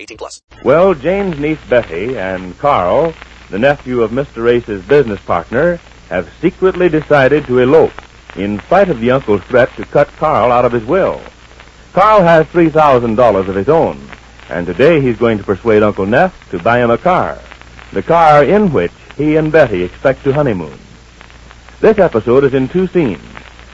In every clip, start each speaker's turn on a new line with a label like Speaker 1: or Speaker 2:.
Speaker 1: 18 plus.
Speaker 2: Well, Jane's niece Betty and Carl, the nephew of Mr. Race's business partner, have secretly decided to elope in spite of the uncle's threat to cut Carl out of his will. Carl has $3,000 of his own, and today he's going to persuade Uncle Neff to buy him a car, the car in which he and Betty expect to honeymoon. This episode is in two scenes,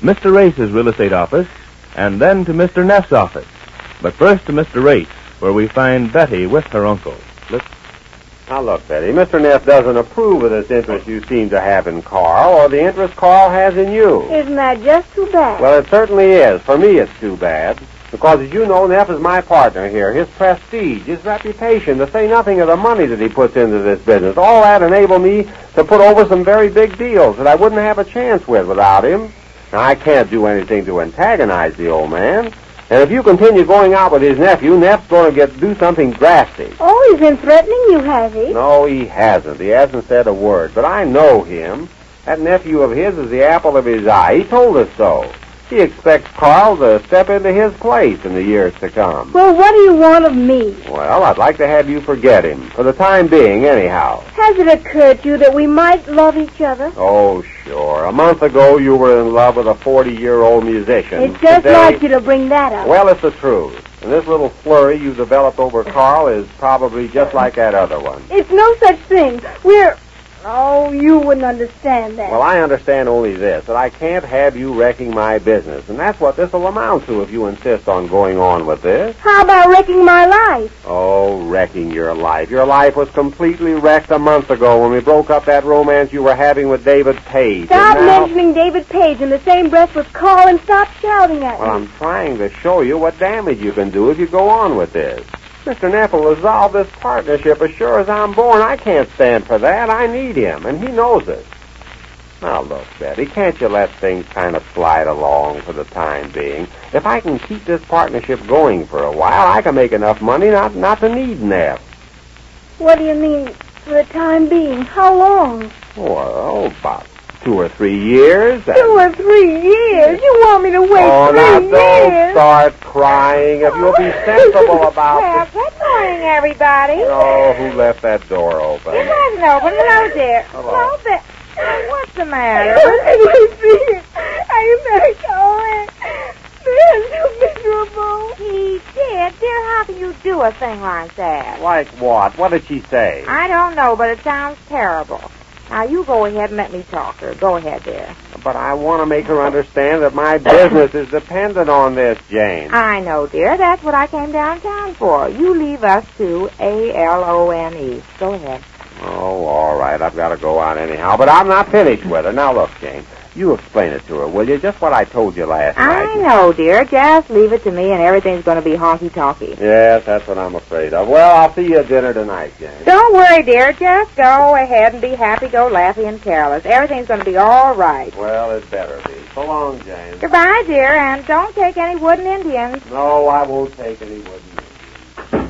Speaker 2: Mr. Race's real estate office, and then to Mr. Neff's office. But first to Mr. Race, where we find Betty with her uncle. Look.
Speaker 3: Now look, Betty, Mr. Neff doesn't approve of this interest you seem to have in Carl, or the interest Carl has in you.
Speaker 4: Isn't that just too bad?
Speaker 3: Well, it certainly is. For me, it's too bad. Because, as you know, Neff is my partner here. His prestige, his reputation, to say nothing of the money that he puts into this business, all that enabled me to put over some very big deals that I wouldn't have a chance with without him. Now, I can't do anything to antagonize the old man. And if you continue going out with his nephew, Neff's going to get do something drastic.
Speaker 4: Oh, he's been threatening you, has he?
Speaker 3: No, he hasn't. He hasn't said a word. But I know him. That nephew of his is the apple of his eye. He told us so. He expects Carl to step into his place in the years to come.
Speaker 4: Well, what do you want of me?
Speaker 3: Well, I'd like to have you forget him. For the time being, anyhow.
Speaker 4: Has it occurred to you that we might love each other?
Speaker 3: Oh, sure. A month ago, you were in love with a 40-year-old musician.
Speaker 4: It's just
Speaker 3: Today-
Speaker 4: like you to bring that up.
Speaker 3: Well, it's the truth. And this little flurry you developed over Carl is probably just like that other one.
Speaker 4: It's no such thing. We're. Oh, you wouldn't understand that.
Speaker 3: Well, I understand only this, that I can't have you wrecking my business. And that's what this will amount to if you insist on going on with this.
Speaker 4: How about wrecking my life?
Speaker 3: Oh, wrecking your life. Your life was completely wrecked a month ago when we broke up that romance you were having with David Page.
Speaker 4: Stop
Speaker 3: and now...
Speaker 4: mentioning David Page in the same breath with Carl and stop shouting at
Speaker 3: Well,
Speaker 4: me.
Speaker 3: I'm trying to show you what damage you can do if you go on with this. Mr. Neff will dissolve this partnership as sure as I'm born. I can't stand for that. I need him, and he knows it. Now, look, Betty, can't you let things kind of slide along for the time being? If I can keep this partnership going for a while, I can make enough money not, not to need Neff.
Speaker 4: What do you mean, for the time being? How long?
Speaker 3: Well, about two or three years. and-
Speaker 4: Two or three years? You want me to wait
Speaker 3: Oh, now
Speaker 4: three
Speaker 3: don't
Speaker 4: years?
Speaker 3: start crying. If you'll be sensible about
Speaker 4: Well,
Speaker 3: this.
Speaker 4: good morning, everybody.
Speaker 3: Oh, who left that door open?
Speaker 4: It wasn't open. Hello, dear.
Speaker 3: Hello.
Speaker 4: Hello there. Oh, what's the matter? Are you better going? They're so miserable. He did. Dear, how can you do a thing like that?
Speaker 3: Like what? What did she say?
Speaker 4: I don't know, but it sounds terrible. Now, you go ahead and let me talk to her. Go ahead, dear.
Speaker 3: But I want to make her understand that my business is dependent on this, Jane.
Speaker 4: I know, dear. That's what I came downtown for. You leave us to A-L-O-N-E. E. Go ahead.
Speaker 3: Oh, all right. I've got to go out anyhow, but I'm not finished with her. Now, look, Jane. You explain it to her, will you? Just what I told you last
Speaker 4: I
Speaker 3: night.
Speaker 4: know, dear. Just leave it to me, and everything's going to be honky-talky.
Speaker 3: Yes, that's what I'm afraid of. Well, I'll see you at dinner tonight, Jane.
Speaker 4: Don't worry, dear. Just go ahead and be happy-go-laffy and careless. Everything's going to be all right.
Speaker 3: Well, it better be. So long, Jane.
Speaker 4: Goodbye, dear, and don't take any wooden Indians
Speaker 3: No, I won't take any with me.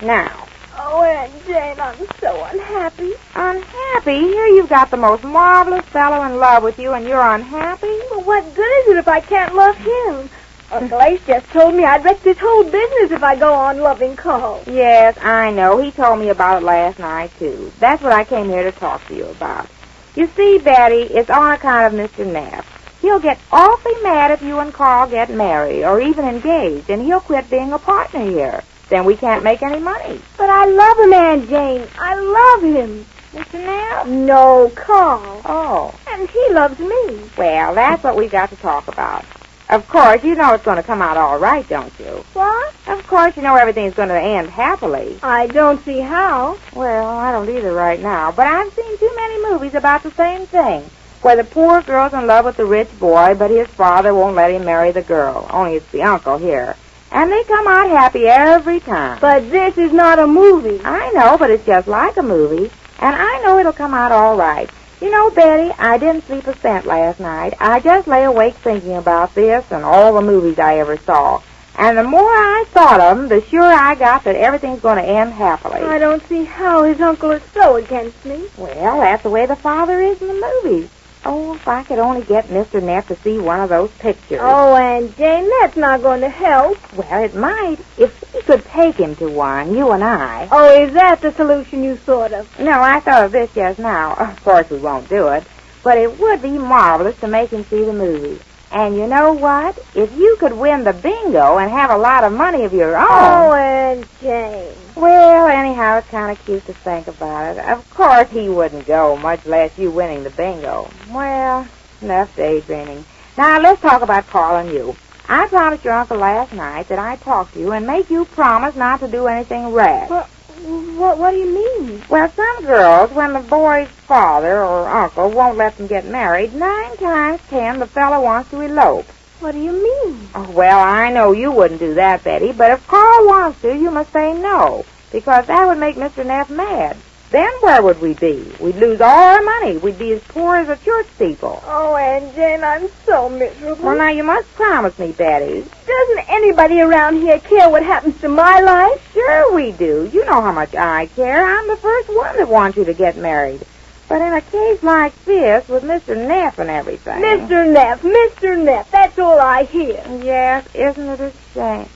Speaker 4: now. Oh, Aunt Jane, I'm so unhappy. Unhappy? Here you've got the most marvelous fellow in love with you, and you're unhappy? Well, what good is it if I can't love him? Uncle Ace just told me I'd wreck this whole business if I go on loving Carl. Yes, I know. He told me about it last night, too. That's what I came here to talk to you about. You see, Betty, it's on account of Mr. Knapp. He'll get awfully mad if you and Carl get married or even engaged, and he'll quit being a partner here.
Speaker 5: then we can't make any money.
Speaker 4: But I love him, Aunt Jane. I love him.
Speaker 5: Mr. Knapp?
Speaker 4: No, Carl.
Speaker 5: Oh.
Speaker 4: And he loves me.
Speaker 5: Well, that's what we've got to talk about. Of course, you know it's going to come out all right, don't you?
Speaker 4: What?
Speaker 5: Of course, you know everything's going to end happily.
Speaker 4: I don't see how.
Speaker 5: Well, I don't either right now, but I've seen too many movies about the same thing. Where the poor girl's in love with the rich boy, but his father won't let him marry the girl. Only it's the uncle here. And they come out happy every time.
Speaker 4: But this is not a movie.
Speaker 5: I know, but it's just like a movie. And I know it'll come out all right. You know, Betty, I didn't sleep a cent last night. I just lay awake thinking about this and all the movies I ever saw. And the more I thought of them, the surer I got that everything's going to end happily.
Speaker 4: I don't see how his uncle is so against me.
Speaker 5: Well, that's the way the father is in the movies. Oh, if I could only get Mr. Neff to see one of those pictures.
Speaker 4: Oh, Aunt Jane, that's not going to help.
Speaker 5: Well, it might. If he could take him to one, you and I.
Speaker 4: Oh, is that the solution you thought of?
Speaker 5: No, I thought of this just now. Of course, we won't do it. But it would be marvelous to make him see the movie. And you know what? If you could win the bingo and have a lot of money of your own.
Speaker 4: Oh, Aunt Jane.
Speaker 5: Well, anyhow, it's kind of cute to think about it. Of course he wouldn't go, much less you winning the bingo. Well, enough daydreaming. Now, let's talk about Carl and you. I promised your uncle last night that I'd talk to you and make you promise not to do anything rash.
Speaker 4: What, what, what do you mean?
Speaker 5: Well, some girls, when the boy's father or uncle won't let them get married, nine times ten the fellow wants to elope.
Speaker 4: What do you mean?
Speaker 5: Oh, well, I know you wouldn't do that, Betty, but if Carl wants to, you must say no, because that would make Mr. Neff mad. Then where would we be? We'd lose all our money. We'd be as poor as a church steeple.
Speaker 4: Oh, Aunt Jane, I'm so miserable.
Speaker 5: Well, now you must promise me, Betty.
Speaker 4: Doesn't anybody around here care what happens to my life?
Speaker 5: Sure we do. You know how much I care. I'm the first one that wants you to get married. But in a case like this, with Mr. Neff and everything.
Speaker 4: Mr. Neff, Mr. Neff, that's all I hear.
Speaker 5: Yes, isn't it a shame?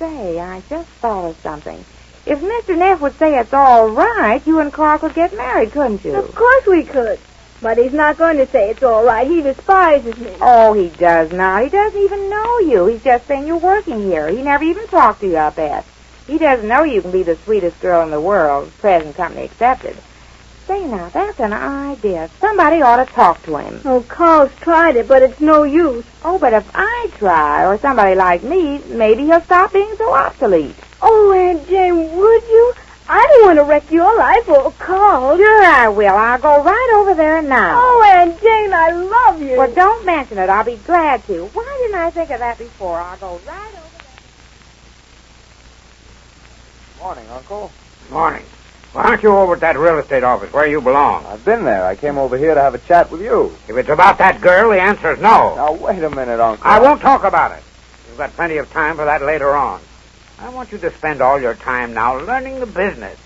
Speaker 5: Say, I just thought of something. If Mr. Neff would say it's all right, you and Carl could get married, couldn't you?
Speaker 4: Of course we could. But he's not going to say it's all right. He despises me.
Speaker 5: Oh, he does not. He doesn't even know you. He's just saying you're working here. He never even talked to you, I bet. He doesn't know you can be the sweetest girl in the world, present company excepted. Say now, that's an idea. Somebody ought to talk to him.
Speaker 4: Oh, Carl's tried it, but it's no use.
Speaker 5: Oh, but if I try, or somebody like me, maybe he'll stop being so obsolete.
Speaker 4: Oh, Aunt Jane, would you? I don't want to wreck your life or Carl.
Speaker 5: Sure I will. I'll go right over there now.
Speaker 4: Oh, Aunt Jane, I love you.
Speaker 5: Well, don't mention it. I'll be glad to. Why didn't I think of that before? I'll go right over there.
Speaker 3: Morning, Uncle.
Speaker 6: Morning. Why aren't you over at that real estate office where you belong?
Speaker 3: I've been there. I came over here to have a chat with you.
Speaker 6: If it's about that girl, the answer is no.
Speaker 3: Now, wait a minute, Uncle.
Speaker 6: I won't talk about it. You've got plenty of time for that later on. I want you to spend all your time now learning the business.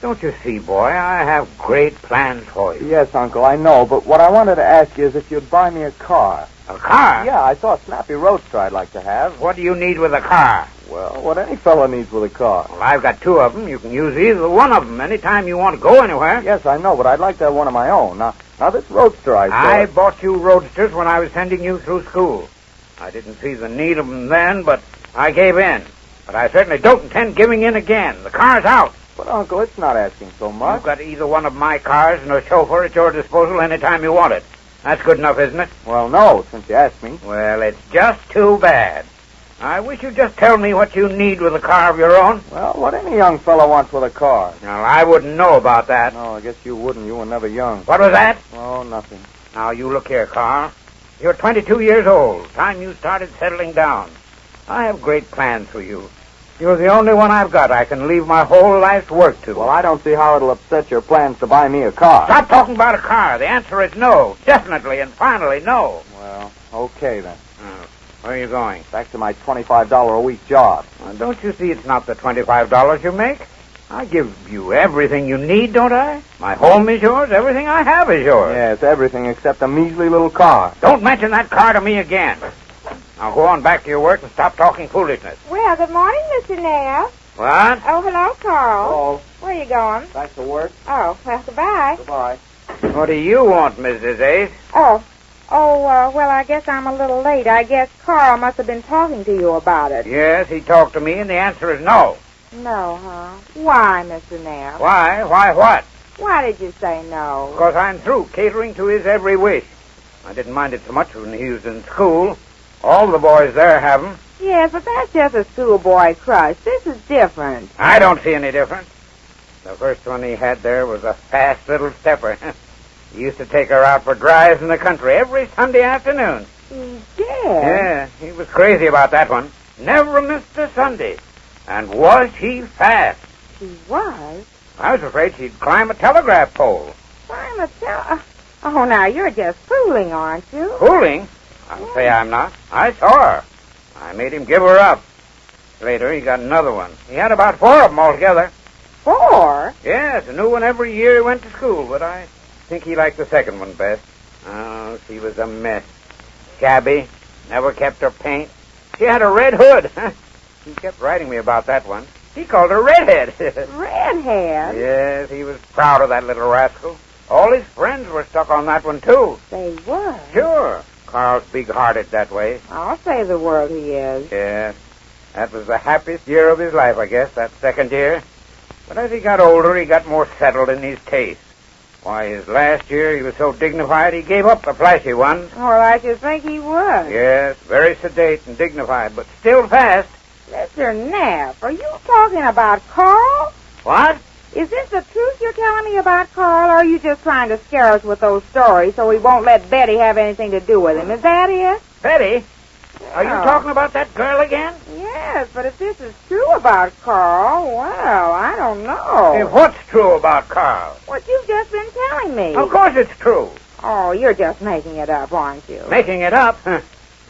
Speaker 6: Don't you see, boy, I have great plans for you.
Speaker 3: Yes, Uncle, I know, but what I wanted to ask you is if you'd buy me a car.
Speaker 6: A car?
Speaker 3: Yeah, I saw a snappy roadster I'd like to have.
Speaker 6: What do you need with a car?
Speaker 3: Well, what any fellow needs with a car.
Speaker 6: Well, I've got two of them. You can use either one of them anytime you want to go anywhere.
Speaker 3: Yes, I know, but I'd like to have one of my own. Now, now this roadster I saw...
Speaker 6: I bought you roadsters when I was sending you through school. I didn't see the need of them then, but I gave in. But I certainly don't intend giving in again. The car's out.
Speaker 3: But, Uncle, it's not asking so much.
Speaker 6: You've got either one of my cars and a chauffeur at your disposal anytime you want it. That's good enough, isn't it?
Speaker 3: Well, no, since you asked me.
Speaker 6: Well, it's just too bad. I wish you'd just tell me what you need with a car of your own.
Speaker 3: Well, what any young fellow wants with a car.
Speaker 6: Well, I wouldn't know about that.
Speaker 3: No, I guess you wouldn't. You were never young.
Speaker 6: What was that?
Speaker 3: Oh, nothing.
Speaker 6: Now, you look here, Carl. You're 22 years old. Time you started settling down. I have great plans for you. You're the only one I've got I can leave my whole life's work to.
Speaker 3: Well, I don't see how it'll upset your plans to buy me a car.
Speaker 6: Stop talking about a car. The answer is no. Definitely and finally, no.
Speaker 3: Well, okay then.
Speaker 6: Oh, where are you going?
Speaker 3: Back to my $25 a week job.
Speaker 6: Well, don't you see it's not the $25 you make? I give you everything you need, don't I? My home is yours. Everything I have is yours.
Speaker 3: Yes, everything except a measly little car.
Speaker 6: Don't mention that car to me again. Now go on back to your work and stop talking foolishness.
Speaker 5: Well, good morning, Mr. Neff.
Speaker 6: What?
Speaker 5: Oh, hello, Carl.
Speaker 3: Hello.
Speaker 5: Where are you going?
Speaker 3: Back to work.
Speaker 5: Oh, well, goodbye.
Speaker 3: Goodbye.
Speaker 6: What do you want, Mrs. Ace?
Speaker 5: Oh. Oh, uh, well, I guess I'm a little late. I guess Carl must have been talking to you about it.
Speaker 6: Yes, he talked to me, and the answer is no.
Speaker 4: No, huh? Why, Mr. Knapp?
Speaker 5: Why? Why what?
Speaker 4: Why did you say no?
Speaker 5: Because I'm through catering to his every wish. I didn't mind it so much when he was in school. All the boys there have 'em.
Speaker 4: Yes, but that's just a schoolboy crush. This is different.
Speaker 5: I don't see any difference. The first one he had there was a fast little stepper. he used to take her out for drives in the country every Sunday afternoon.
Speaker 4: He did.
Speaker 5: Yeah, he was crazy about that one. Never missed a Sunday. And was she fast?
Speaker 4: She was.
Speaker 5: I was afraid she'd climb a telegraph pole.
Speaker 4: Why, Mattel? Oh, now you're just fooling, aren't you?
Speaker 5: Fooling? I'll say I'm not. I saw her. I made him give her up. Later, he got another one. He had about four of them altogether.
Speaker 4: Four?
Speaker 5: Yes, a new one every year he went to school, but I think he liked the second one best. Oh, she was a mess. Shabby, never kept her paint. She had a red hood. he kept writing me about that one. He called her Redhead.
Speaker 4: Redhead?
Speaker 5: Yes, he was proud of that little rascal. All his friends were stuck on that one, too.
Speaker 4: They were.
Speaker 5: Sure. Carl's big hearted that way.
Speaker 4: I'll say the world he is.
Speaker 5: Yes. That was the happiest year of his life, I guess, that second year. But as he got older, he got more settled in his tastes. Why, his last year he was so dignified he gave up the flashy ones.
Speaker 4: Well, I should think he would.
Speaker 5: Yes, very sedate and dignified, but still fast.
Speaker 4: Mr. Knapp, are you talking about Carl?
Speaker 5: What?
Speaker 4: Is this the truth you're telling me about Carl, or are you just trying to scare us with those stories so we won't let Betty have anything to do with him? Is that it?
Speaker 5: Betty? Are you talking about that girl again?
Speaker 4: Yes, but if this is true about Carl, well, I don't know.
Speaker 5: If what's true about Carl?
Speaker 4: What you've just been telling me.
Speaker 5: Of course it's true.
Speaker 4: Oh, you're just making it up, aren't you?
Speaker 5: Making it up? Huh.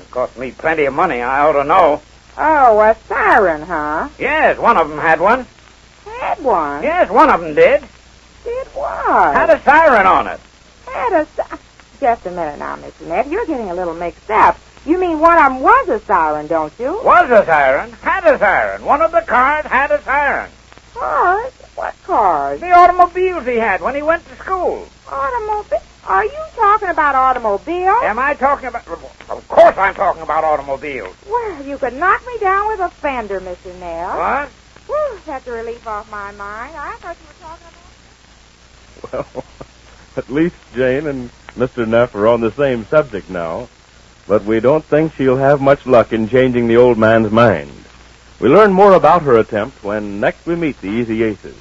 Speaker 5: It cost me plenty of money. I ought to know.
Speaker 4: Oh, a siren, huh?
Speaker 5: Yes, one of them had one.
Speaker 4: Had one.
Speaker 5: Yes, one of them did.
Speaker 4: Did what?
Speaker 5: Had a siren on it.
Speaker 4: Had a si- Just a minute now, Mr. Ned. You're getting a little mixed up. You mean one of them was a siren, don't you?
Speaker 5: Was a siren. Had a siren. One of the cars had a siren.
Speaker 4: Cars? What cars?
Speaker 5: The automobiles he had when he went to school.
Speaker 4: Automobile? Are you talking about automobiles?
Speaker 5: Am I talking about... Of course I'm talking about automobiles.
Speaker 4: Well, you could knock me down with a fender, Mr. Nell.
Speaker 5: What?
Speaker 4: Whew, that's a relief off my mind. I thought you were talking about...
Speaker 2: Well, at least Jane and Mr. Neff are on the same subject now. But we don't think she'll have much luck in changing the old man's mind. We learn more about her attempt when next we meet the Easy Aces.